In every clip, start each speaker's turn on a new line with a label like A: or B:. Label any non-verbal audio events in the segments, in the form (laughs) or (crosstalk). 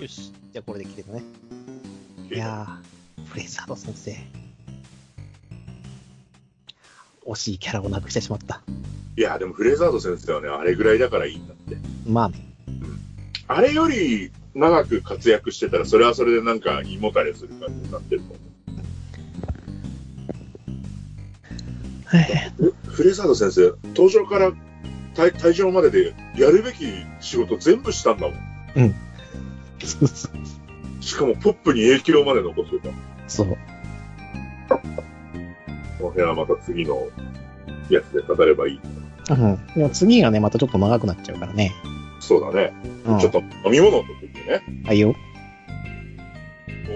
A: よし。じゃあこれで切れたね。いやー、フレザード先生。惜しいキャラをなくしてしまった。
B: いや、でもフレザード先生はね、あれぐらいだからいいんだって。
A: まあね。
B: あれより長く活躍してたら、それはそれでなんか胃もたれする感じになってると思
A: はい。
B: う。フレザード先生、登場から退退場まででやるべき仕事全部したんだもん。しかもポップに影響まで残ってた。
A: (laughs) そう。
B: この辺はまた次のやつで語ればいい。
A: うん。でも次がね、またちょっと長くなっちゃうからね。
B: そうだね。
A: うん。
B: ちょっと飲み物を取ってきてね。
A: あ、いいよ。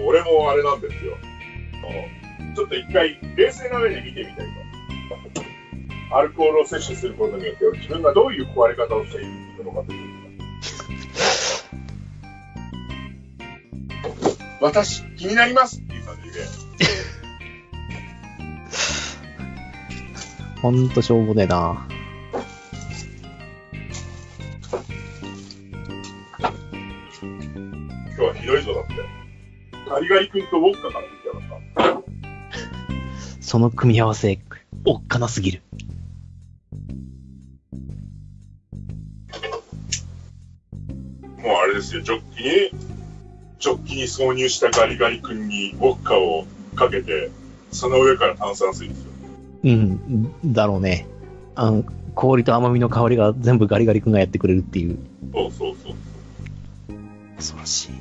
B: 俺もあれなんですよ。あのちょっと一回冷静な目で見てみたいと。アルコールを摂取することによって自分がどういう壊れ方をしているのかというか。私、気になりますっていう感じで。
A: ほんとしょうもねえな。
B: 今日はひどいぞだって。ガリガリ君とウォッカから見てなかった。
A: その組み合わせ、おっかなすぎる。
B: もうあれですよ、ジョッキに、ジョッキに挿入したガリガリ君にウォッカをかけて、その上から炭酸水ですよ。
A: うん。だろうね。あの、氷と甘みの香りが全部ガリガリ君がやってくれるっていう。
B: そうそうそう。
A: 恐ろしい。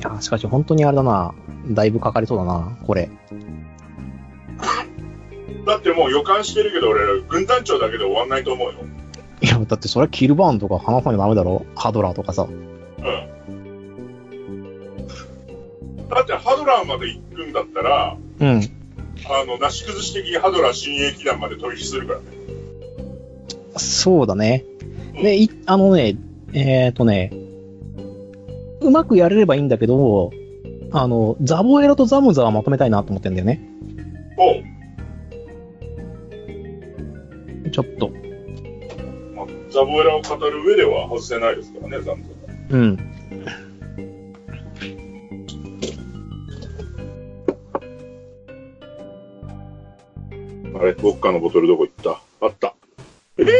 A: いや、しかし本当にあれだな。だいぶかかりそうだな、これ。
B: だってもう予感してるけど、俺ら軍団長だけで終わんないと思うよ。
A: いや、だってそれはキルバーンとか話さないとダメだろハドラーとかさ。
B: だってハドラーまで行くんだったら、
A: うん。
B: あの、なし崩し的にハドラー新鋭機団まで取引するからね。
A: そうだね。ね、い、あのね、えっ、ー、とね、うまくやれればいいんだけど、あの、ザボエラとザムザはまとめたいなと思ってんだよね。
B: おう
A: ちょっと。
B: まあザボエラを語る上では外せないですからね、ザムザ
A: うん。
B: ム。あれ、ウォッカのボトルどこ行ったあった。えー、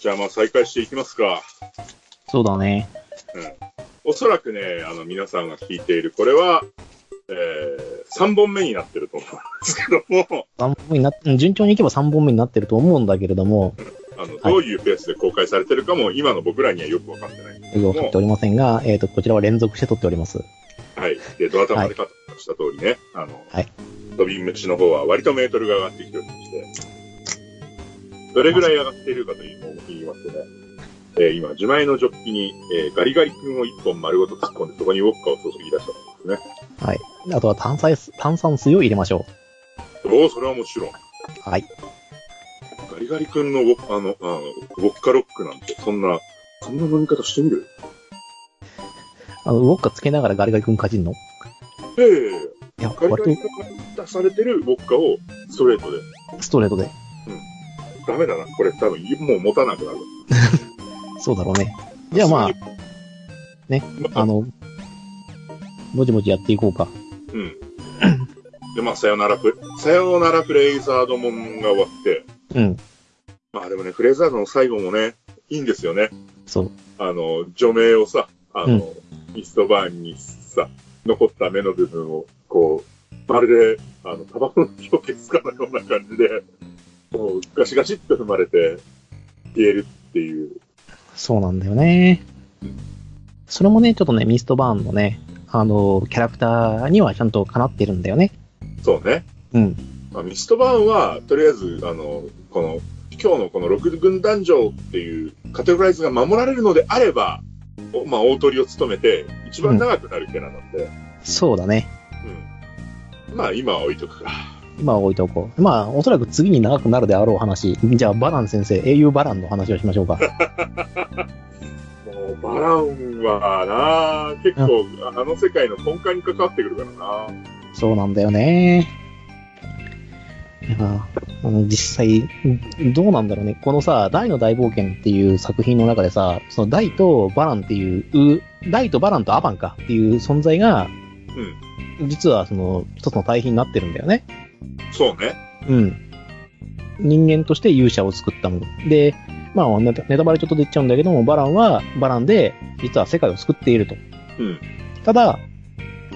B: じゃあまあ再開していきますか。
A: そうだね。
B: おそらくね、あの、皆さんが聞いている、これは、えー、3本目になってると思うんですけども、 (laughs)
A: 三本目になうん順調にいけば3本目になってると思うんだけれども、
B: あの、どういうペースで公開されてるかも、今の僕らにはよくわかってない。
A: よく撮っておりませんが、えっ、と、こちらは連続して撮っております。
B: はい。で、ドアタマで語した通りね、あの、
A: はい
B: 飛び飯の方は割とメートルが上がってきておりまして、どれぐらい上がっているかというのを言いますとね、えー今、自前のジョッキに、えーガリガリ君を1本丸ごと突っ込んで、そこにウォッカを注ぎ出したんですね。
A: はい。あとは炭酸水炭酸水を入れましょ
B: おお、それはもちろん。
A: う。はい。
B: ガリガリ君のウォあの、あの、ウォッカロックなんて、そんな、そんな飲み方してみる
A: あの、ウォッカつけながらガリガリ君かじんのい
B: ええ
A: や、
B: ガリガリ
A: 割
B: 君が出されてるウォッカをストレートで。
A: とストレートで。
B: ダメだな、これ多分、もう持たなくなる。
A: そうだろうね。じゃあまあ、ね、あの、ぼちぼちやっていこうか。
B: うん。で、まあ、さよならプレ、さよならフレイザードもんが終わって、
A: うん。
B: まあでもね、フレイザードの最後もね、いいんですよね。
A: そう。
B: あの、除名をさ、あの、ミストバーンにさ、残った目の部分を、こう、まるで、あの、タバコの火を消すかのような感じで、こう、ガシガシっと踏まれて、消えるっていう。
A: そうなんだよね。それもね、ちょっとね、ミストバーンのね、あの、キャラクターにはちゃんとかなってるんだよね。
B: そうね。
A: うん。
B: まあ、ミストバーンは、とりあえず、あの、この、今日のこの6軍団長っていうカテゴライズが守られるのであれば、おまあ、大鳥を務めて、一番長くなるキャラなんで、
A: そうだね。
B: うん。まあ、今は置いとくか。
A: 今は置いておこう。まあ、おそらく次に長くなるであろう話。じゃあ、バラン先生、英雄バランの話をしましょうか。
B: もう、バランはな、結構、あの世界の根幹に関わってくるからな。
A: そうなんだよね。いやーあの実際、どうなんだろうね。このさ、大の大冒険っていう作品の中でさ、その大とバランっていう、う大とバランとアバンかっていう存在が、
B: うん。
A: 実はその一つの対比になってるんだよね。
B: そうね。
A: うん。人間として勇者を作ったもの。で、まあ、ネタネタバレちょっと出ちゃうんだけども、バランは、バランで、実は世界を救っていると。
B: うん。
A: ただ、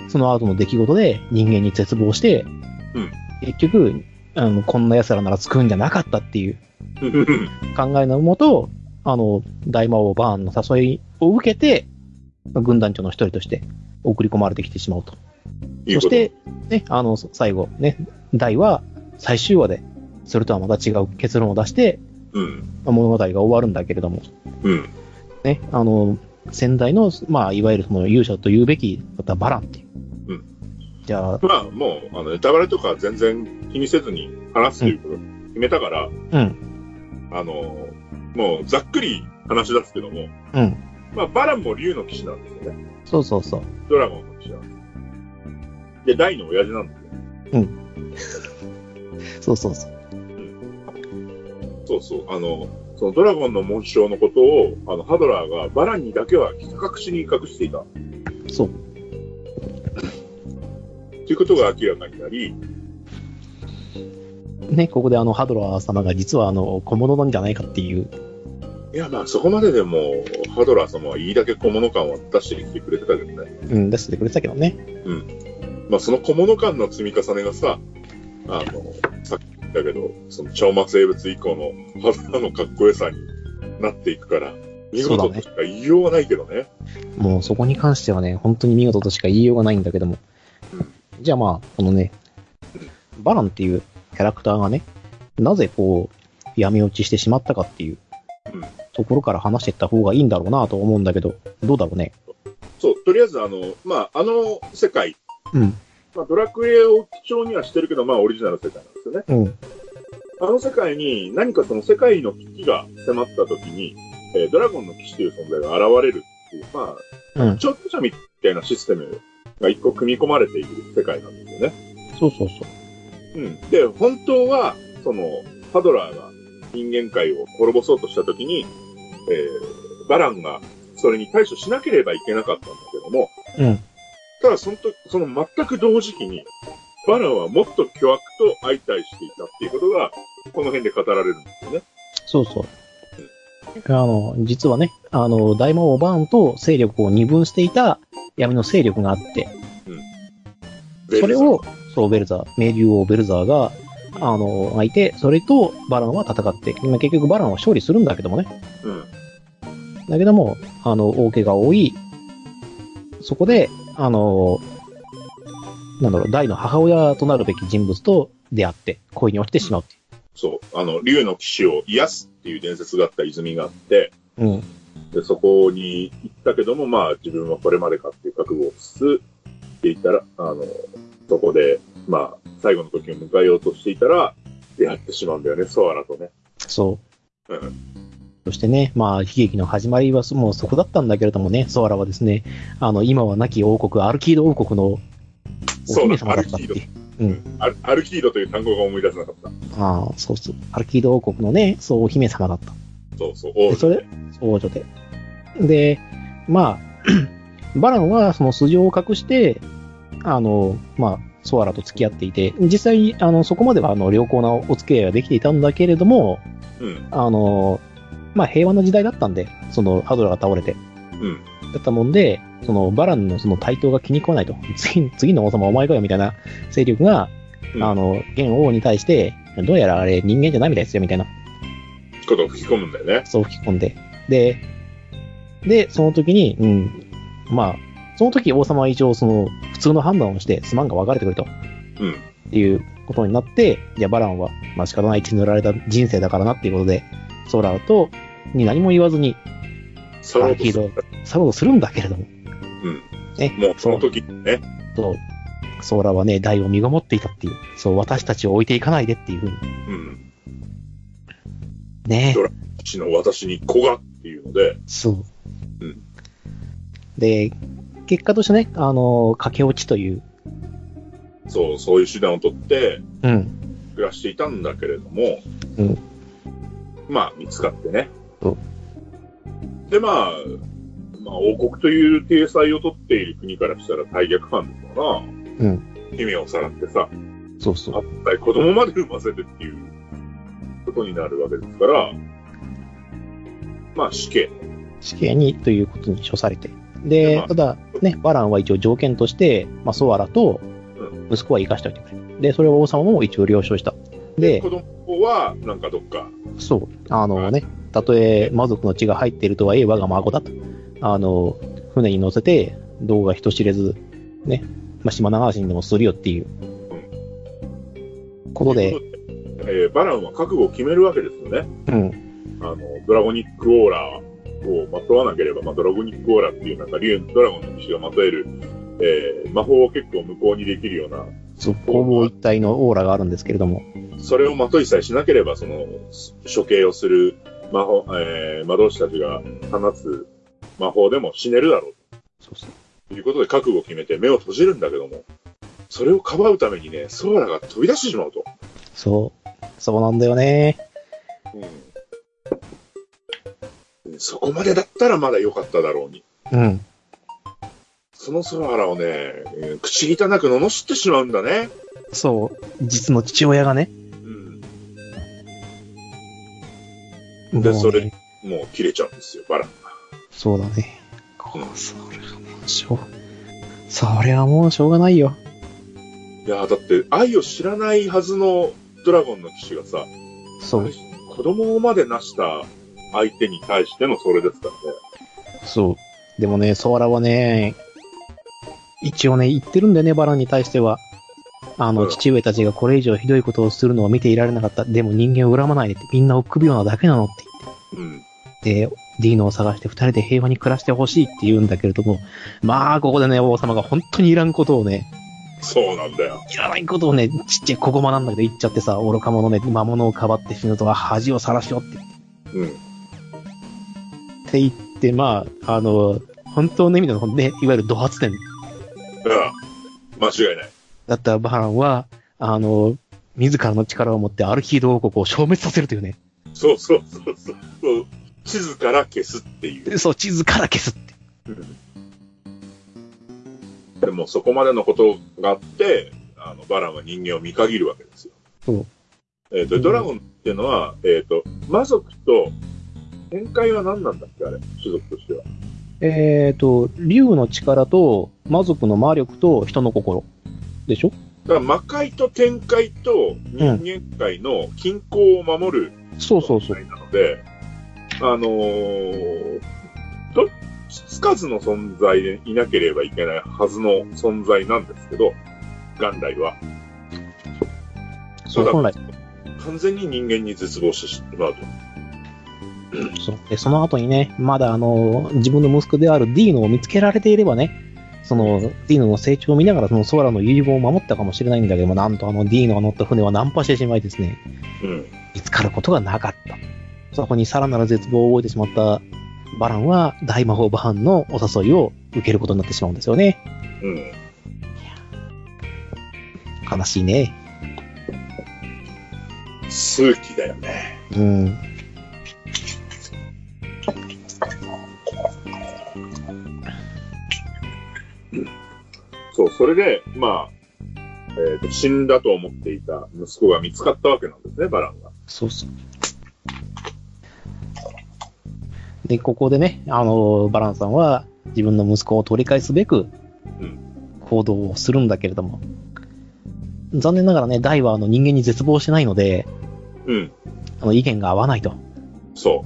A: その後の出来事で人間に絶望して、
B: うん
A: 結局、あの、こんな奴らなら救うんじゃなかったっていう
B: うん。
A: 考えのもと、あの、大魔王バーンの誘いを受けて、軍団長の一人として送り込まれてきてしまうと。
B: いい
A: そ
B: こ
A: し
B: と。
A: て、ね、あの、そ最後、ね、大は最終話で、それとはまた違う結論を出して、
B: うん。
A: まあ物語が終わるんだけれども、
B: うん。
A: ね、あの、先代の、まあ、いわゆるその勇者と言うべき、またバランっていう。
B: うん
A: じゃあ、
B: まあ、もう、あの、ネタバレとか全然気にせずに話すということを決めたから、
A: うん、
B: あの、もう、ざっくり話し出すけども、
A: うん。
B: まあ、バランも竜の騎士なんですよね。
A: そうそうそう。
B: ドラゴンの騎士なんですで、大の親父なんですよ。
A: そうそうそう。
B: そうそう。あの、そのドラゴンの紋章のことを、あの、ハドラーがバランにだけはひた隠しに隠していた。
A: そう。
B: ということが明らかになり、
A: ね、ここであの、ハドラー様が実はあの、小物なんじゃないかっていう。
B: いや、まあ、そこまででも、ハドラー様はいいだけ小物感を出してきてくれてたけどね。
A: うん、出してくれてたけどね。
B: まあ、その小物感の積み重ねがさ、あの、さっき言ったけど、その、超末生物以降のハドラーのかっこよさになっていくから、見事としか言いようがないけどね。
A: もうそこに関してはね、本当に見事としか言いようがないんだけども。じゃあまあ、このね、バランっていうキャラクターがね、なぜこう、闇落ちしてしまったかっていう
B: うん
A: ところから話していった方がいいんだろうなと思うんだけど、どうだろうね。
B: そう、とりあえず、あの、まあ、あの世界、
A: うん。
B: まあ、ドラクエを基調にはしてるけど、まあ、オリジナル世界なんですよね。
A: うん。
B: あの世界に何かその世界の危機が迫った時に、えードラゴンの騎士という存在が現れるっていう、まあ、
A: うん。
B: ちょっと者みたいなシステムが一個組み込まれている世界なんですよね。
A: そうそうそう。
B: うん。で、本当は、その、ハドラーが人間界を滅ぼそうとしたときに、えー、バランがそれに対処しなければいけなかったんだけども、
A: うん。
B: ただその時、その全く同時期に、バランはもっと巨悪と相対していたっていうことが、この辺で語られるんですよね。
A: そうそう。あの、実はね、あの、大魔王バーンと勢力を二分していた闇の勢力があって、それを、そう、ベルザー、名竜王ベルザーが、あの、相手、それとバランは戦って、まあ結局バランは勝利するんだけどもね。
B: うん。
A: だけども、あの、大怪我を負い、そこで、あの、なんだろう、大の母親となるべき人物と出会って、恋に落ちてしまうってい
B: そう。あの、竜の騎士を癒すっていう伝説があった泉があって、
A: う。うん。
B: で、そこに行ったけども、まあ、自分はこれまでかっていう覚悟をしつつ、っていたら、あの、そこで、まあ、最後の時を迎えようとしていたら、出会ってしまうんだよね、ソアラとね。
A: そう。
B: うん
A: そしてね、まあ、悲劇の始まりはもうそこだったんだけれどもね、ソアラはですね、あの、今は亡き王国、アルキード王国のお姫様だったっていう
B: そうだアルキー。アルアルキードという単語が思い出せなかった。
A: ああ、そうそう。アルキード王国のね、そう、お姫様だった。
B: そうそう、
A: で、それ、王女で。で、まあ、 (clears throat) バランはその素性を隠して、あの、まあ、ソアラと付き合っていて、実際、あの、そこまでは、あの、良好なお付き合いができていたんだけれども、
B: うん、
A: あの、まあ、平和の時代だったんで、その、ハドラーが倒れて。
B: うん、
A: だったもんで、その、バランのその対等が気に食わないと。 (laughs) 次、次の王様お前かよ、みたいな勢力が、
B: うん
A: あの、現王に対して、どうやらあれ人間じゃないみたいですよ、みたいな。
B: ことを吹き込むんだよね。
A: そう吹き込んで。で、で、その時に、うん、まあ、その時王様は一応その、普通の判断をして、すまんが別れてくれと。
B: うん
A: っていうことになって、じゃあバランは、まあ仕方ない血塗られた人生だからなっていうことで、ソーラーと、に何も言わずに、
B: さらうとする
A: サロードするんだけれども。
B: うん。
A: ね、
B: もう、その
A: そう
B: 時にね、
A: そうソーラーはね、大を身ごもっていたっていう。そう、私たちを置いていかないでっていうふうに。
B: うん、
A: ね
B: ドラ父の私に子がっていうので、
A: そう。
B: うん
A: で、結果としてね、あの、駆け落ちという、
B: そう、そういう手段を取って、
A: うん。
B: 暮らしていたんだけれども、
A: うん
B: まあ、見つかってね
A: そ。
B: で、まあ、まあ、王国という体裁を取っている国からしたら大逆犯だからな。
A: うん
B: 姫をさらってさ、
A: そうそう。
B: 一体子供まで産ませてっていうことになるわけですから、まあ死刑。
A: 死刑にということに処されて。で、ただ、ね、バランは一応条件として、まあ、ソアラと息子は生かしておいてくれ。で、それを王様も一応了承した。で
B: 子、供は、なんかどっか、
A: そう、あのね、たとえ魔族の血が入っているとはいえ、我が孫だと。あの、船に乗せて、道が人知れず、ね、まあ、島流しにでもするよっていう、ことで、
B: えーバランは覚悟を決めるわけですよね。
A: うん、
B: あの、ドラゴニックオーラをまとわなければ、まあ、ドラゴニックオーラっていうなんか、竜ドラゴンの騎士がまとえる、えー魔法を結構無効にできるような、
A: そう、攻防一体のオーラがあるんですけれども、
B: それをまといさえしなければ、その、処刑をする魔法、えー魔導士たちが放つ魔法でも死ねるだろう
A: そうそう。
B: ということで覚悟を決めて目を閉じるんだけども、それをかばうためにね、ソーラが飛び出してしまうと。
A: そう、そうなんだよね。
B: そこまでだったらまだ良かっただろうに。
A: うん、
B: そのソーラをね、えー口汚く罵ってしまうんだね。
A: そう、実の父親がね、
B: う
A: も
B: ん。
A: う
B: で
A: ね
B: それもう切れちゃうんですよ、バランが。
A: そうだね。それはもうしょう、それはもうしょうがないよ。
B: いやーだって愛を知らないはずのドラゴンの騎士がさ、
A: そう、
B: 子供までなした相手に対してのそれですからね。
A: そう。でもね、ソーラはね、一応ね、言ってるんだよね、バランに対しては。あの、
B: うん
A: 父上たちがこれ以上ひどいことをするのを見ていられなかった。でも人間を恨まないでって、みんな臆病なだけなのって
B: うん。
A: 言って、ディーノを探して二人で平和に暮らしてほしいって言うんだけれども、まあ、ここでね、王様が本当にいらんことをね、
B: そうなんだよ。
A: いらないことをね、ちっちゃいここまなんだけど言っちゃってさ、愚か者ね、魔物をかばって死ぬとは恥をさらしようって
B: うん。
A: って言って、まあ、あの、本当の意味での、ね、いわゆる怒発点
B: だから、間違いない。
A: だったバランは、あの、自らの力を持ってアルヒード王国を消滅させるというね。
B: そうそうそうそうそう。地図から消すっていう。
A: そう、地図から消すって。
B: でもそこまでのことがあって、あの、バランは人間を見限るわけですよ。
A: そう
B: えっ、と、ドラゴンっていうのは、えっ、と、魔族と、展開は何なんだっけあれ、種族としては。
A: えっ、と、竜の力と、魔族の魔力と人の心。でしょ
B: だから魔界と天界と人間界の均衡を守る
A: そうそうそう。
B: 存在なので、あのーどっちつかずの存在でいなければいけないはずの存在なんですけど、元来は。
A: そう、
B: そう
A: 本
B: だ
A: 来。
B: 完全に人間に絶望してしまうと。
A: そう。で、その後にね、まだあの、自分の息子であるディーノを見つけられていればね、その、ディーノの成長を見ながら、そのソーラの遺言を守ったかもしれないんだけども、なんとあの、ディーノが乗った船はナンパしてしまいですね、
B: うん。
A: 見つかることがなかった。そこにさらなる絶望を覚えてしまったバランは大魔法バハンのお誘いを受けることになってしまうんですよね。
B: うん。
A: 悲しいね。
B: 数奇だよね。
A: うん。
B: そう、それで、まあ、えーと死んだと思っていた息子が見つかったわけなんですね、バランが。
A: そうそう。で、ここでね、あの、バランさんは自分の息子を取り返すべく
B: うん、
A: 行動をするんだけれども、残念ながらね、ダイはあの人間に絶望してないので、
B: うん。
A: あの意見が合わないと。
B: そ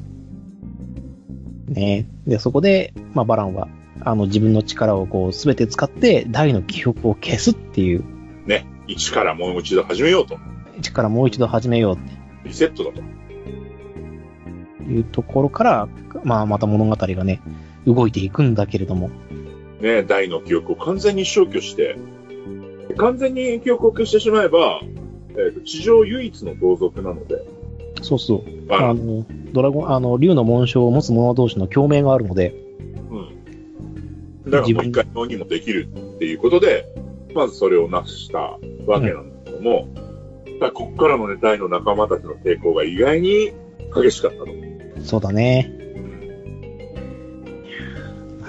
A: ね、でそこで、まあ、バランはあの自分の力をこう全て使って大の記憶を消すっていう
B: う。ね。一からもう一度始めようと。
A: 力もう一度始めようっ
B: リセットだと。
A: ていうところから、まあ、また物語がね動いていくんだけれども
B: ね、大の記憶を完全に消去して、完全に記憶を消してしまえば、えーと地上唯一の同族なので、
A: そうそう
B: バラ
A: あ
B: ン、
A: のドラゴンあの竜の紋章を持つ者同士の共鳴があるので
B: うん。だからもう
A: 自分
B: 一回のにもできるっていうことで、まずそれを成したわけなんだけども、だからこっからのね、大の仲間たちの抵抗が意外に激しかったと思う。
A: そうだね。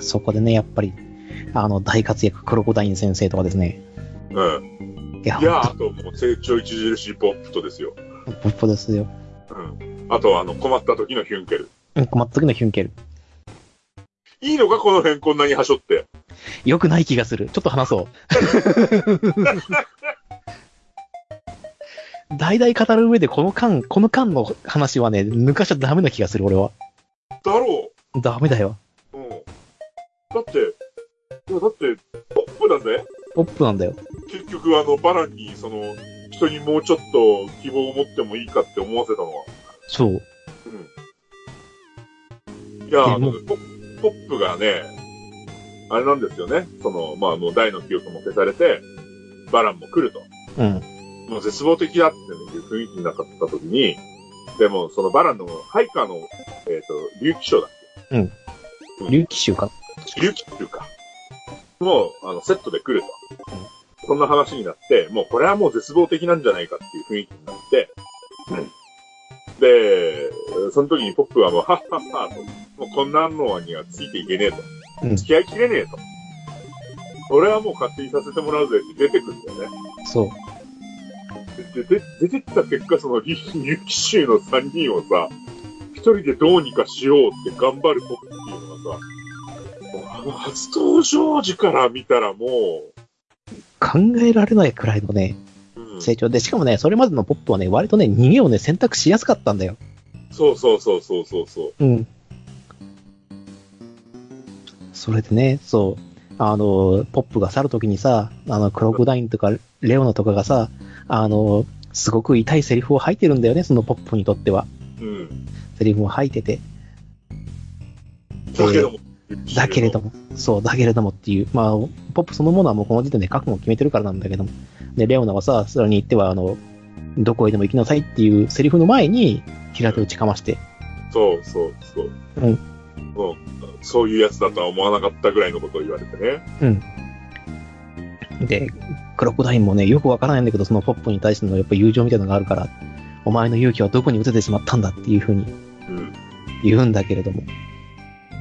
A: そこでね、やっぱり、あの、大活躍、クロコダイン先生とかですね。
B: うん。
A: いや、
B: いや、あ
A: 本
B: ともう成長著しいポップとですよ。
A: 当ポッポですよ。
B: うん。あと、あの、困った時のヒュンケル。
A: うん全くのヒュンケル。
B: いいのか、この辺こんなにはしょって。
A: 良くない気がする。ちょっと話 (laughs) そう。大々語る上で、この間、この間の話はね、抜かしちゃダメな気がする、俺は。
B: だろ
A: ダメだよ。
B: う。うん。だって、いやだって、ポップなんだよ。
A: ポップなんだよ。
B: 結局、あの、バランに、その、人にもうちょっと希望を持ってもいいかって思わせたのは、
A: そう。
B: いや、
A: え
B: あのポポップがね、あれなんですよね。その、まあ、もう大の記憶も消されて、バランも来ると。
A: うん。
B: もう絶望的だっていう雰囲気になった時に、でも、そのバランの配下の、えっ、と、竜騎将だっ
A: 竜騎手か。
B: け竜騎っていうか、もう、あの、セットで来ると。そんな話になって、もうこれはもう絶望的なんじゃないかっていう雰囲気になって、で、その時にポップはもう、はっはっはと、もうこんなのにはついていけねえと。
A: うん
B: 付き合いきれねえと。俺はもう勝手にさせてもらうぜって出てくるんだよね。
A: そう。
B: で、で、出てった結果、その、リユキシューの3人をさ、一人でどうにかしようって頑張るポップっていうのがさ、もう初登場時から見たらも
A: 考えられないくらいのね、
B: う、うん、
A: 成長で、しかもね、それまでのポップはね、割とね、逃げをね、選択しやすかったんだよ。
B: そうそうそうそうそうそう。
A: うん。それでね、そう、あの、ポップが去るときにさ、あの、クロコダインとかレオナとかがさ、あの、すごく痛いセリフを吐いてるんだよね、そのポップにとっては。
B: うん。
A: セリフを吐いてて。
B: だけども。
A: だけれども、そう、だけれどもっていう、まあ、ポップそのものはもうこの時点で覚悟を決めてるからなんだけども、で、レオナはさ、それに言っては、あの、どこへでも行きなさいっていうセリフの前に、平手打ちかまして、
B: そうそうそう。
A: うん
B: そう。そういうやつだとは思わなかったぐらいのことを言われてね。
A: で、クロコダインもね、よくわからないんだけど、そのポップに対してのやっぱ友情みたいなのがあるから、お前の勇気はどこに移ってしまったんだっていうふうに
B: うん。
A: 言うんだけれども、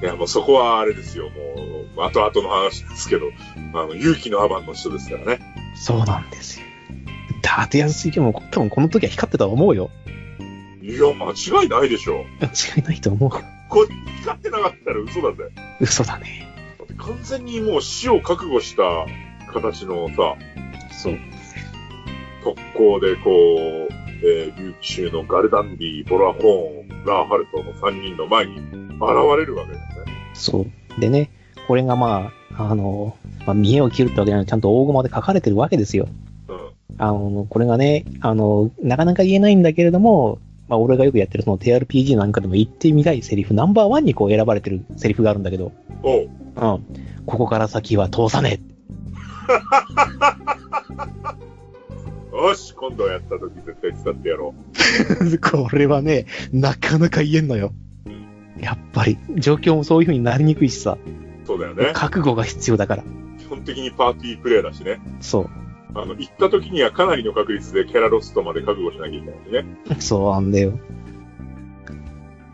B: いや、もうそこはあれですよ。もう、後々の話ですけど、あの、勇気のアバンの人ですからね。
A: そうなんですよ。だって安いけども、多分この時は光ってたと思うよ。
B: いや、間違いないでしょ。
A: 違いないと思うよ。
B: これ、光ってなかったら嘘だぜ。
A: 嘘だね。
B: だって完全にもう死を覚悟した形のさ、
A: そう。
B: 特攻でこう、えー、琉球のガルダンディ、ボラホーン、ラーハルトの3人の前に現れるわけですね。
A: そう。でね、これがまあ、あの、まあ、見栄を切るってわけじゃない、ちゃんと大駒で書かれてるわけですよ。
B: うん。
A: あの、これがね、あの、なかなか言えないんだけれども、まあ、俺がよくやってるその TRPG なんかでも言ってみたいセリフ、ナンバーワンにこう選ばれてるセリフがあるんだけど、
B: おう
A: うん。ここから先は通さね
B: よし、今度やった時絶対使ってやろ
A: え。 (laughs) これはね、なかなか言えんのよ。やっぱり、状況もそういう風になりにくいしさ、
B: う。そうだよね。
A: 覚悟が必要だから。
B: 基本的にパーティープレイだしね。
A: そう。
B: あの、行った時にはかなりの確率でキャラロストまで覚悟しなきゃいけないしね。
A: (laughs) そうなんだよ。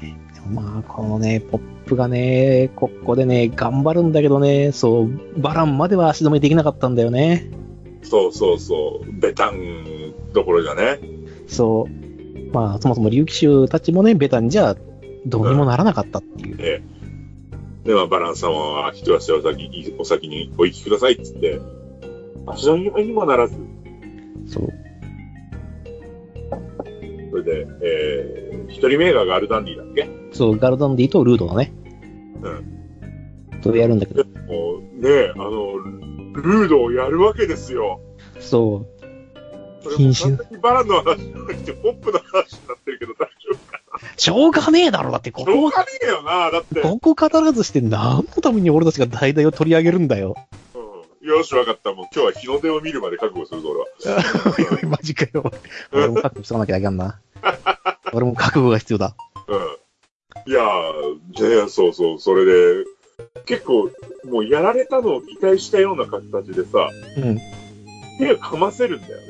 A: でもまあ、このね、ポップがね、ここでね、頑張るんだけどね、そう、バランまでは足止めできなかったんだよね。
B: そうそうそう。ベタンどころじゃね。
A: そう。まあ、そもそも竜騎手たちもね、ベタにじゃどうにもならなかったっていう。
B: ええ。で、まあ、バラン様は一足お先に、お先にお行きくださいっつって、足の夢にもならず、
A: そう。
B: それで、えー、一人目がガルダンディだっけ
A: そう、ガルダンディとルードだね。
B: う
A: とやるんだけど。
B: もう、ねえ、あの、ルードをやるわけですよ。
A: そ
B: それも
A: 謹慎
B: 完全にバランの話じゃなくて、ポップの話になってるけど、大丈夫
A: う。しょうがねえだろ、だってこ
B: しょ
A: こ
B: う。がねえよな、だって。
A: ここ語らずして何のために俺たちが題材を取り上げるんだよ。
B: うん、よし、わかった。もう今日は日の出を見るまで覚悟するぞ、俺は。
A: おいおいマジかよ。俺も覚悟しとかなきゃいかんな。俺も覚悟が必要だ。
B: うん。いやー、で、そうそう、それで、結構、もうやられたのを期待したような形でさ、
A: うん。
B: 手をかませるんだよね。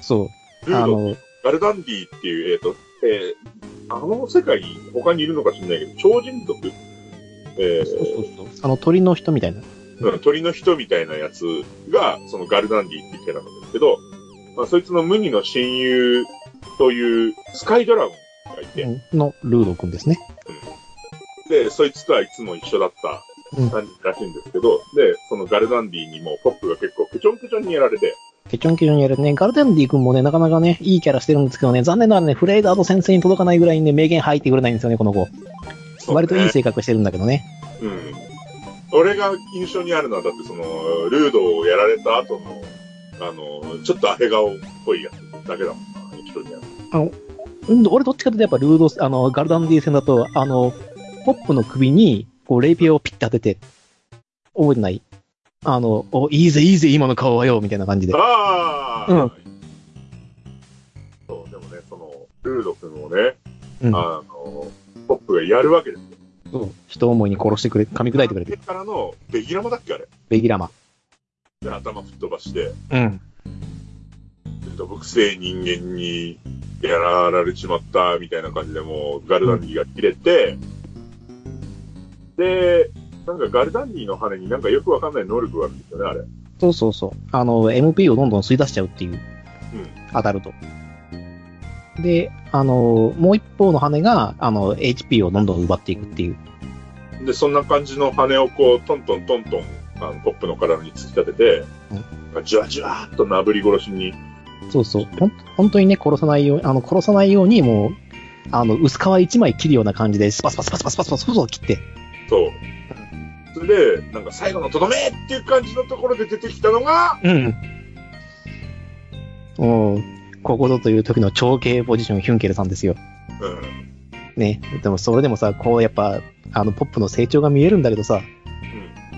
A: そう。
B: ルー
A: あ
B: ド、
A: の、
B: ガルダンディっていう、えっ、と、えー、あの世界に他にいるのか知んないけど、超人族、えー
A: そうそうそうあの鳥の人みたいな。
B: うん鳥の人みたいなやつが、そのガルダンディっていうキャラなんですけど、まあ、そいつの無二の親友というスカイドラゴンがいて、
A: のルードくんですね。
B: で、そいつとはいつも一緒だった
A: うん
B: 感じらしいんですけど、で、そのガルダンディにもポップが結構くちょんくちょんにやられて、
A: ケチョンケチョンにやるね。ガルデンディ君もね、なかなかね、いいキャラしてるんですけどね、残念ながらね、フレイザード先生に届かないぐらいにね、名言入ってくれないんですよね、この子。
B: そうね
A: 割といい性格してるんだけどね。
B: うん。俺が印象にあるのは、だってその、ルードをやられた後の、あの、ちょっとアヘ顔っぽいやつだけだもんな、印象にある。
A: うん、俺どっちかというとやっぱルード、あの、ガルダンディ戦だと、あの、ポップの首に、こう、レイピアをピッて当てて、覚えてないあの、お、いいぜいいぜ、今の顔はよ、みたいな感じで。
B: ああ、
A: うん
B: そう、でもね、その、ルード君をね、
A: うん
B: あの、ポップがやるわけですよ。
A: そう人思いに殺してくれ、噛み砕いてくれて、
B: でからの、ベギラマだっけあれ。
A: ベギラマ。
B: で、頭吹っ飛ばして、
A: うん。
B: 土木性人間にやられちまった、みたいな感じでもう、ガルダンディが切れて、で、なんかガルダンディの羽になんかよくわかんない能力があるんですよね、あれ。
A: そうそうそう。あの、MP をどんどん吸い出しちゃうっていう。当たると。で、あの、もう一方の羽が、あの、HP をどんどん奪っていくっていう。
B: うん。で、そんな感じの羽をこう、トントントントン、あの、ポップの体に突き立てて、じわじわーっとなぶり殺しに、
A: そうそう。ほん本当にね、殺さないように、あの、殺さないように、もう、あの、薄皮一枚切るような感じで、スパスパスパスパスパスパスパスと切って、
B: そう。それで、なんか最後のとどめっていう感じのところで出てきたのが、
A: うん。もう、ここぞという時の長兄ポジション、ヒュンケルさんですよ。
B: うん。
A: ね。でも、それでもさ、こう、やっぱ、あの、ポップの成長が見えるんだけどさ、
B: うん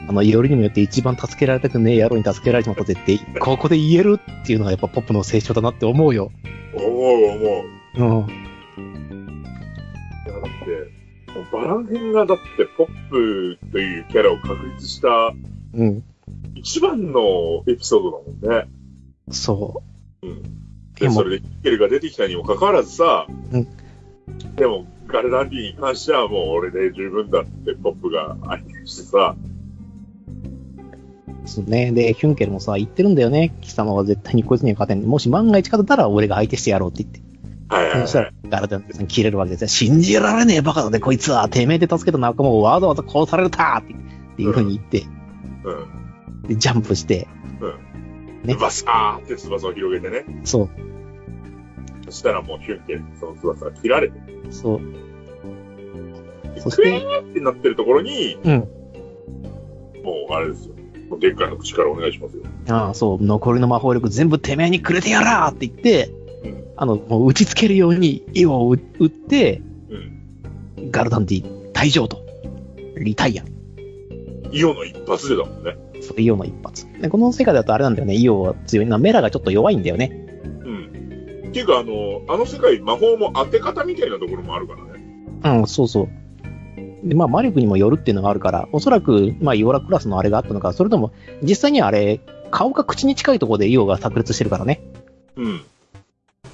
A: あの、いろりにもよって一番助けられたくねえ野郎に助けられちまったぜって、ここで言えるっていうのがやっぱポップの成長だなって思うよ。
B: 思う思う。
A: うん。
B: いやだって、バラン編がだってポップというキャラを確立した
A: うん。
B: 一番のエピソードだもんね。
A: そ
B: うん。
A: で
B: で、
A: も
B: それでキッケルが出てきたにもかかわらずさ、
A: うん
B: でも、ガルランディに関してはもう俺で十分だってポップが相手してさ、
A: う。そうね。で、ヒュンケルもさ、言ってるんだよね。貴様は絶対にこいつには勝てん。もし万が一勝てたら俺が相手してやろうって言って。
B: はいはい、
A: そした
B: は
A: ら、ガラデンさん切れるわけですよ。信じられねえバカだね、こいつは。てめえで助けた仲間をわざわざ殺されたってっていう風に言って、
B: い。
A: でジャンプして、
B: うん。バサーって翼を広げてね。
A: そう。
B: そしたらもうヒュンケル、その翼が切られて、
A: そう。そし
B: クイ
A: て、
B: ーンってなってるところに、
A: うん。
B: もうあれですよ。もうでっかいの口からお願いしますよ。
A: ああ、そう、残りの魔法力全部てめえにくれてやらーって言って、
B: うん
A: あの、もう打ちつけるようにイオを打打って、
B: うん。
A: ガルダンディ退場と。リタイア。
B: イオの一発でだもんね。
A: それイオの一発。でこの世界だとあれなんだよね、イオは強いな。メラがちょっと弱いんだよね。
B: うん。っていうか、あの、あの世界、魔法も当て方みたいなところもあるからね。
A: うん、そうそう。で、まあ、魔力にもよるっていうのがあるから、おそらく、まあ、イオラクラスのあれがあったのか、それとも、実際にはあれ、顔か口に近いところでイオが炸裂してるからね。
B: うん。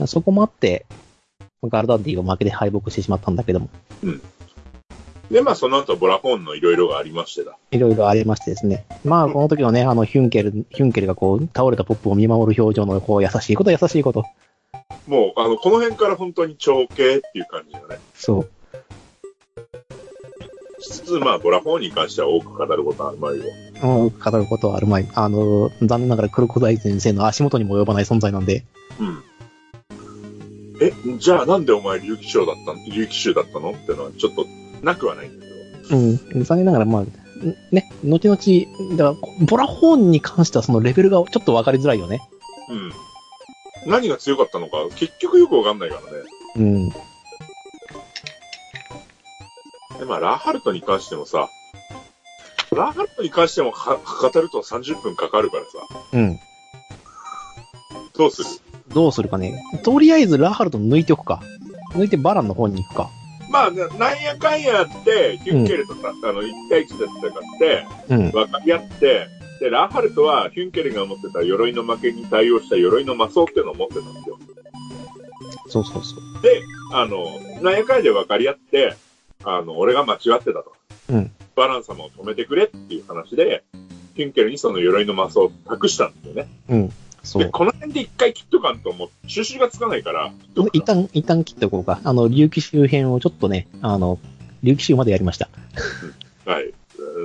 A: そこもあって、ガルダンディが負けで敗北してしまったんだけども、
B: で、まあ、その後、ボラフォンのいろいろがありましてだ。
A: いろいろありましてですね。まあ、この時のね、あの、ヒュンケル、ヒュンケルがこう、倒れたポップを見守る表情の、こう、優しいこと優しいこと。
B: もう、あの、この辺から本当に長兄っていう感じがね。
A: そう。
B: しつつ、まあ、ボラフォンに関しては多く語ることはあるまいよ。
A: うん、語ることはあるまい。あの、残念ながらクロコダイ先生の足元にも及ばない存在なんで、
B: うん。え、じゃあなんでお前、竜騎将だったの竜騎衆だったのってのは、ちょっと、なくはないんだけど。
A: うん、残念ながら、まあ、んね、後々、だから、ボラホーンに関してはそのレベルがちょっと分かりづらいよね。
B: うん。何が強かったのか、結局よくわかんないからね。
A: うん、
B: で、まあ、ラハルトに関してもさ、ラハルトに関してもは、語ると30分かかるからさ、
A: うん。
B: どうする
A: どうするかね。とりあえず、ラハルト抜いておくか。抜いてバランの方に行くか。
B: まあ、ななんやかんやって、ヒュンケルとさ、あの、1対1で戦っ
A: う
B: て、
A: ん、
B: 分かり合って、で、ラハルトはヒュンケルが持ってた鎧の負けに対応した鎧の魔装っていうのを持ってたんですよ。
A: そうそうそう。
B: あの、なんやかんや分かり合って、あの、俺が間違ってたと。
A: うん
B: バラン様を止めてくれっていう話で、キュンケルにその鎧のマスを託したんですよね。
A: そ
B: で、
A: う。
B: この辺で一回切っとかんと、もう収集がつかないから、切っとく
A: 一旦、一旦切っておこうか。あの、竜騎周辺をちょっとね、あの、竜騎周までやりました。
B: はい。え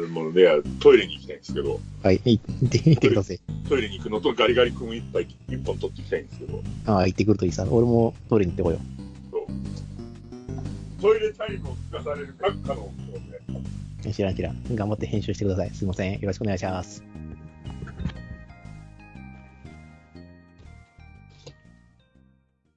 B: ーもうね、トイレに行きたいんですけど、
A: はい。い行って、行ってください。
B: トイレに行くのとガリガリ君一杯、一本取っていきたいんですけど、
A: ああ、行ってくるといいさ。俺もトイレに行ってこよ
B: トイレタイムを聞かされる閣下の方で、
A: う。知らん知らん。頑張って編集してください。すいません。よろしくお願いします。